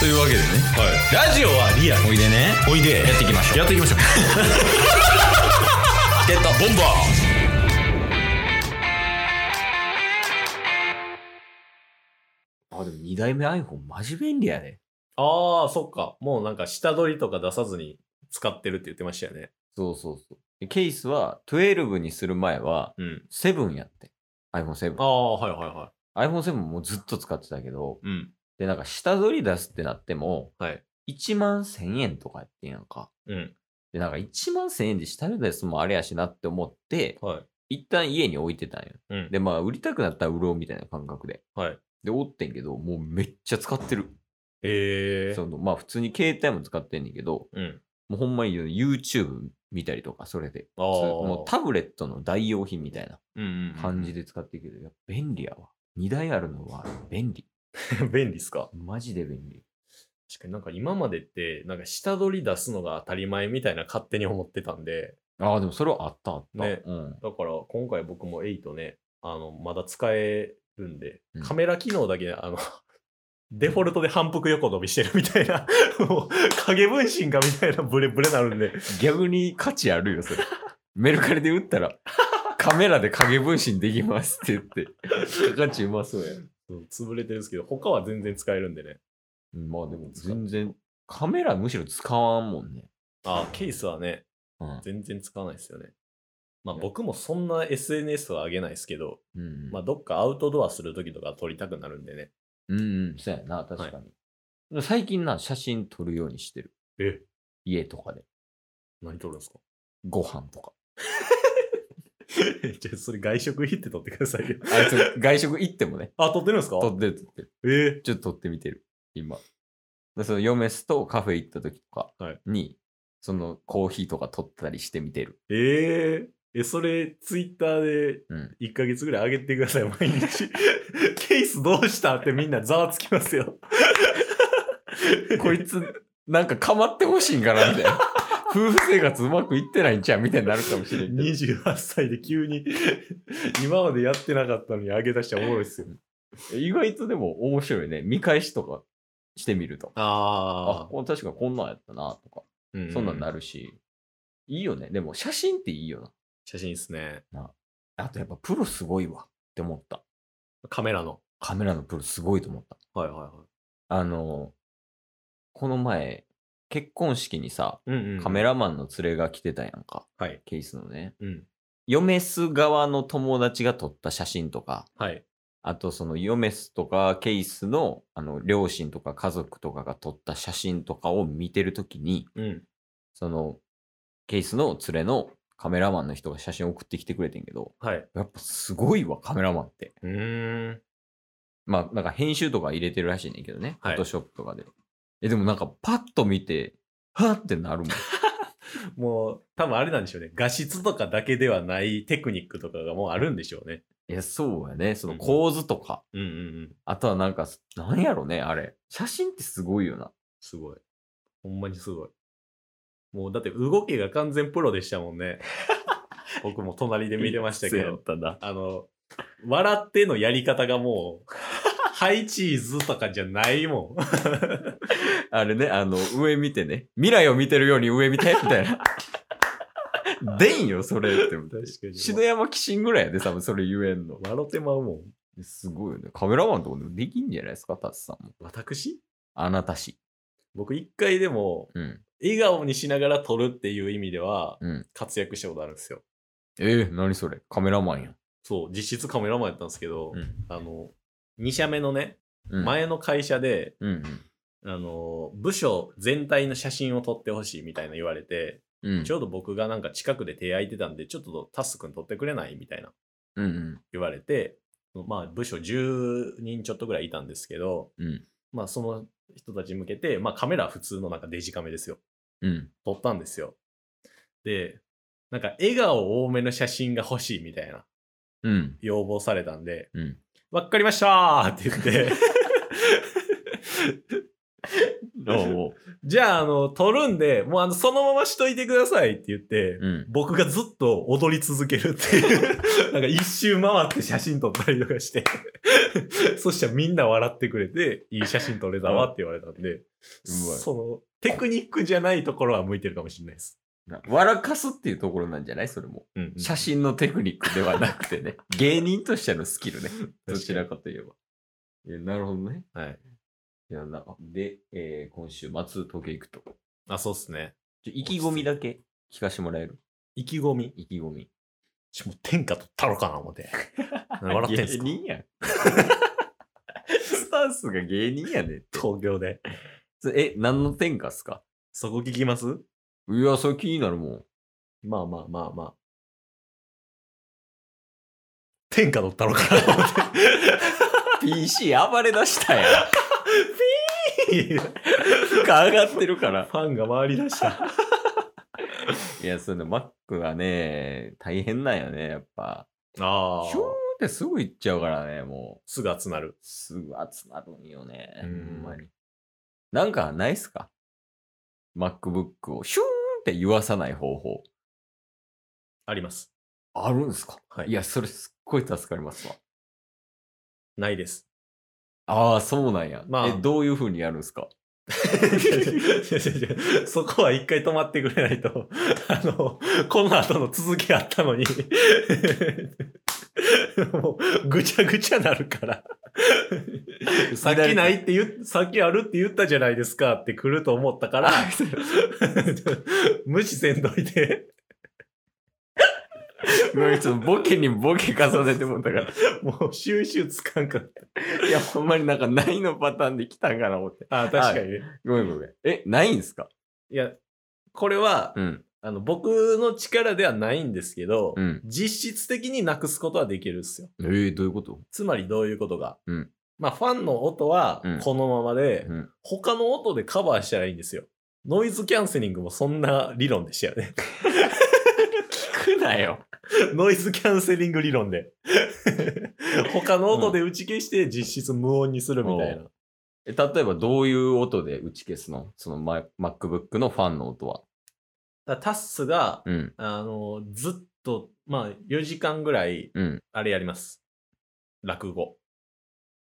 というわけでねはい。ラジオはリアル。おいでねおいで。やっていきましょうやってい きましょう。ゲットボンバあ、でも2代目 iPhone マジ便利やね。ああ、そっか。もうなんか下取りとか出さずに使ってるって言ってましたよね。そうそうそうで。ケースは12にする前はうん。 7やって。iPhone7 あ。あ、はいはいは iPhone7 もずっと使ってたけど、い。うん。で、なんか下取り出すってなっても、はい。 1万1000円とかやってんやんか。うん。で、なんか1万1000円で下取り出すのもあれやしなって思って、はい。一旦家に置いてたんよ。うん。で、まあ、売りたくなったら売ろうみたいな感覚で。はい。で、おってんけど、もうめっちゃ使ってる。ええその、まあ、普通に携帯も使ってんねんけど、うん。もうほんまに YouTube 見たりとか、それで。ああ。もうタブレットの代用品みたいなうんうんうん感じ。で使っていくけど、やっぱ便利やわ。2台あるのは便利。 便利っすかマジで便利。確かになんか今までって、なんか下取り出すのが当たり前みたいな勝手に思ってたんで、ああ、でもそれはあったあった。ねうん。だから今回僕も8ね、あの、まだ使えるんでう、んカメラ機能だけ、あの、 デフォルトで反復横伸びしてるみたいな、 もう影分身がみたいなブレブレなるんで、逆に価値あるよ、それ。メルカリで売ったら、カメラで影分身できますって言って。付加価値うまそうや。うん潰れてるんですけど、他は全然使えるんでね。うんまあでも全然、カメラむしろ使わんもんね。あ、ケースはね、うん。全然使わないですよね。まあ僕もそんな SNS は上げないですけど、うん、まあどっかアウトドアするときとか撮りたくなるんでね。うんうん、そうやな、確かに。最近な、写真撮るようにしてる。え家とかで。何撮るんですかご飯とか。 じゃあそれ外食行って撮ってくださいよ。あいつ、外食行っても ね、あ、撮ってるんですか撮ってる撮ってる。えちょっと撮ってみてる、今。でその嫁すとカフェ行った時とかはいに、そのコーヒーとか撮ったりしてみてる。えええ、それツイッターでうん。 1ヶ月ぐらい上げてください、毎日。 ケースどうしたってみんなざわつきます よ。 こいつ、なんか構ってほしいんかな、みたいな。夫婦生活うまくいってないんちゃうみたいになるかもしれんけど。 28歳で急に 今までやってなかったのに上げ出したらおもろいっすよ。意外とでも面白いね。見返しとかしてみると。ああ、こ確かこんなんやったな、とか。あそんなんなる。るし、いいよね。でも写真っていいよ写真っすね。な。あとやっぱプロすごいわって思った。カメラの。カメラのプロすごいと思った。はいはいはあの、この前、結婚式にさ、い。うんカメラマンの連れが来てたやんか、ラ。はい。ケースのね。うん。嫁す側の友達が撮った写真とか、はい。あとその嫁すとかケースのあの両親とか家族とかが撮った写真とかを見てるときに、うん。そのケースの連れのカメラマンの人が写真送ってきてくれてんけど、はい。やっぱすごいわ、カメラマンって。うーん。まあ、なんか編集とか入れてるらしいねんけどね。フはいォトショップとかで。え、でもなんかパッと見て、はってなるもん。もう、多分あれなんでしょうね。画質とかだけではないテクニックとかがもうあるんでしょうね。いや、そうやね。その構図とか。うんうんうん。あとはなんか、なんやろね、あれ。写真ってすごいよな。すごい。ほんまにすごい。もうだって動きが完全プロでしたもん ね。僕も隣で見てましたけそうやどっ。たな。あの、笑ってのやり方がも う、ハイチーズとかじゃないもん。あれね、あの、上見てね。未来を見てるように上見て、みたい な。でんよ、それって思って。確かに篠山紀信ぐらいやで、多分それ言えんの。笑ってまうもん。すごいよね。カメラマンとかでもできんじゃないですか、タツさんも。私あなたし。僕一回でも、うん。笑顔にしながら撮るっていう意味では、うん。活躍したことあるんですよ。ええ何それカメラマンやん。そう、実質カメラマンやったんですけど、うんあの、2社目のね、うん、前の会社で、うんあの、部署全体の写真を撮ってほしいみたいな言われて、うん。うん。ちょうど僕がなんか近くで手空いてたんで、ちょっとタス君撮ってくれないみたいなうんうん。言われて、まあ部署10人ちょっとぐらいいたんですけど、うんまあその人たち向けて、まあカメラは普通のなんかデジカメですよ。うん。撮ったんですよ。で、なんか笑顔多めの写真が欲しいみたいなうん。要望されたんで、うん。わっかりましたーって 言って、おうじゃあ、あの、撮るんで、もうあの、そのまましといてくださいって言って、うん。僕が ずっと踊り続けるっていう、なんか一周回って写真撮ったりとかして、 そしたらみんな笑ってくれて、いい写真撮れたわって言われたんで、まいその、テクニックじゃないところは向いてるかもしれないです。な笑かすっていうところなんじゃないそれも。うん、写真のテクニックではなくて ね。芸人としてのスキルね。どちらかといえば。いや、なるほどね。はい。いや、な、で、えー、今週末、東京行くと。あ、そうっすね。ちょ意気込みだけ聞かしてもらえる意気込み。意気込み。ちょもう天下取ったろかな、思って。 笑ってんすか芸人やん。 スタンスが芸人やねん東京で。そえ、何の天下っすかそこ聞きますいや、それ気になるもん。まあまあまあまあ。天下取ったろかな、思って PC 暴れ出したやん。 フ負荷上がってるから。ァンが回り出した。いや、そのマックはね、大変なんよね、やっぱ。あひょーってすぐ行っちゃうからね、もう。 すぐ集まる。すぐ集まるんよね。うほんんまに。なんかないっすか ?MacBook をヒューンって言わさない方法。あります。あるんすかはいいや、それすっごい助かりますわ。ないです。 ああ、そうなんや。まあえ、どういう風にやるんす かそこは一回止まってくれないと、 あの、この後の続きあったのに、 もうぐちゃぐちゃなるから。さっ きないって言っ、さっきあるって言ったじゃないですかって来ると思ったから、 無視せんといて、ごめんちょっとボケにボケ重ねてもったから。 もう収集つかんかっいや、ほんまになんかないのパターンで来たんかな思って。た。あ、確かにね。い、ごめんごめん。え、ないんすかや、これは、ん。あの、僕の力ではないんですけど、うん。実質的になくすことはできるっすよ。えー、どういうことつまりどういうことか。うんまあ、ファンの音はうんこのままで、ん。他の音でカバーしたらいいんですよ。ノイズキャンセリングもそんな理論でしたよね。 聞くなよ。ノイズキャンセリング理論で。 他の音で打ち消して実質無音にするみたいな。え例えばどういう音で打ち消すのそのマ MacBook のファンの音は。だからタッスが、うん。あの、ずっと、まあ、4時間ぐらい、うん。あれやります。落語。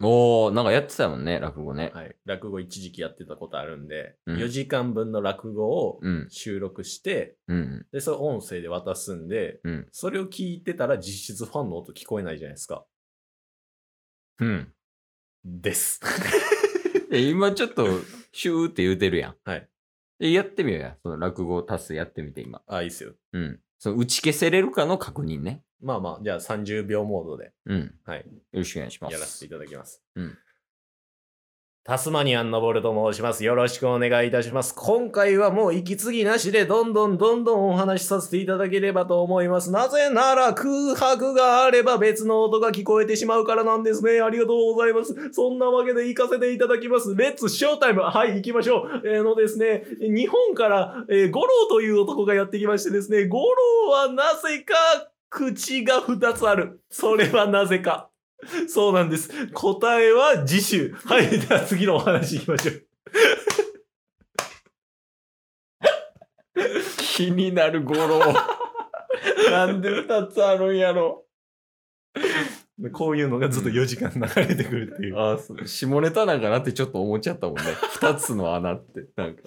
おー、なんかやってたもんね、落語ね。はい。落語一時期やってたことあるんで、うん4時間分の落語をうん。収録して、うん。で、それ音声で渡すんで、うんそれを聞いてたら実質ファンの音聞こえないじゃないですか。うん。です。 え今ちょっと、シューって言うてるやん。はいえ。やってみようや。その落語達成やってみて、今。あ、いいっすよ。うん。その打ち消せれるかの確認ね。まあまあ、じゃあ30秒モードでうん。はいよろしくお願いします。やらせていただきます。うんタスマニアンのボルと申します。よろしくお願いいたします。今回はもう息継ぎなしでどんどんどんどんお話しさせていただければと思います。なぜなら空白があれば別の音が聞こえてしまうからなんですね。ありがとうございます。そんなわけで行かせていただきます。レッツショータイムはい、行きましょう。えーのですね、日本から、えー、五郎という男がやってきましてですね、五郎はなぜか口が二つある。それはなぜか。 そうなんです。答えは次 週。はい。では次のお話いきましょう。気になる語呂。 なんで二つあるんやろ。 こういうのがずっと4時間流れてくるっていう。あそう下ネタなんかなってちょっと思っちゃった もんね。二つの穴って。なんか。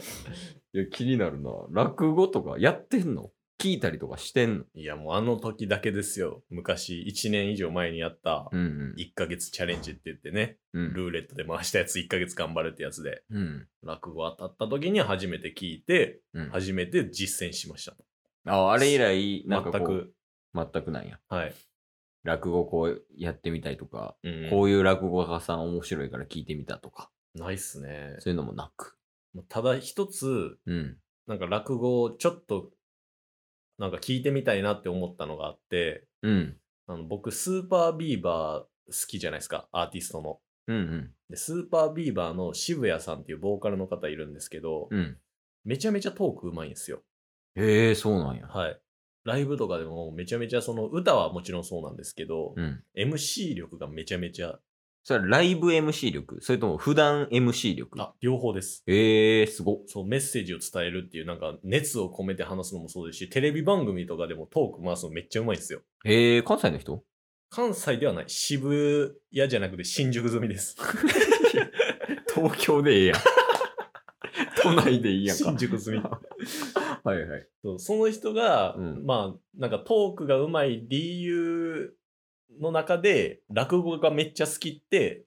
いや、気になるな。落語とかやってんの聞いたりとかしてんのいや、もうあの時だけですよ。昔、1年以上前にやった、うん1ヶ月チャレンジって言ってね、うん。うん。ルーレットで回したやつ1ヶ月頑張るってやつで、うん。落語当たった時に初めて聞いて、うん、初めて実践しました。ああれ以来、なん全かこう、く。全くなんや。はい。落語こうやってみたいとか、うんこういう落語家さん面白いから聞いてみたとか、ないっすね。そういうのもなく。ただ一つ、うん。なんか落語をちょっと、なんか聞いてみたいなって思ったのがあって、うん。あの僕、スーパービーバー好きじゃないですか、アーティストの。うんうん。で、スーパービーバーの渋谷さんっていうボーカルの方いるんですけど、うん。めちゃめちゃトークうまいんですよ。へえ、そうなんや。はい。ライブとかでもめちゃめちゃその歌はもちろんそうなんですけど、うん。 MC 力がめちゃめちゃ、それはライブ MC 力それとも普段 MC 力あ、両方です。ええすごっ。そう、メッセージを伝えるっていうなんか熱を込めて話すのもそうですし、テレビ番組とかでもトーク回すのめっちゃうまいんですよ。ええ関西の人関西ではない。渋谷じゃなくて新宿済みです。東京でええやん。 都内でいい やんか。新宿済み。はいはい。そうその人が、うんまあ、なんかトークがうまい理由の中で、落語がめっちゃ好きって、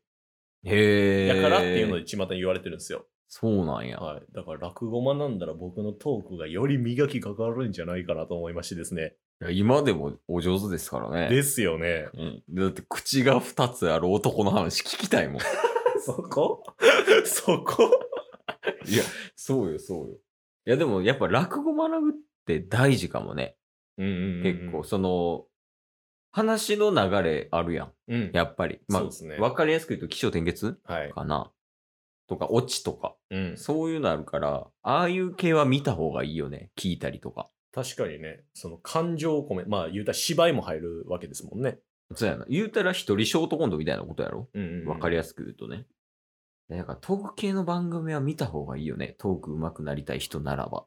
へえ。やからっていうので巷に言われてるんですよ。そうなんや。はい。だから落語学んだら僕のトークがより磨きかかるんじゃないかなと思いましてですね。いや今でもお上手ですからね。です よね。うん、だって口が2つある男の話聞きた いもん。そこ そこいや、そうよ、そうよ。いや、でもやっぱ落語学ぶって大事かもね。結結構、。その、話の流れあるやん。うん。やっぱり。まそうですねあ、。わかりやすく言うと起承転結はい。かな。とか、オチとか。うん。そういうのあるから、ああいう系は見た方がいいよね。聞いたりとか。確かにね、その感情を込め、まあ言うたら芝居も入るわけですもんね。そうやな。言うたら一人ショートコントみたいなことやろ。うんわかりややすく言うとね。だからトーク系の番組は見た方がいいよね。トーク上手くなりたい人ならば。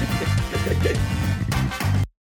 す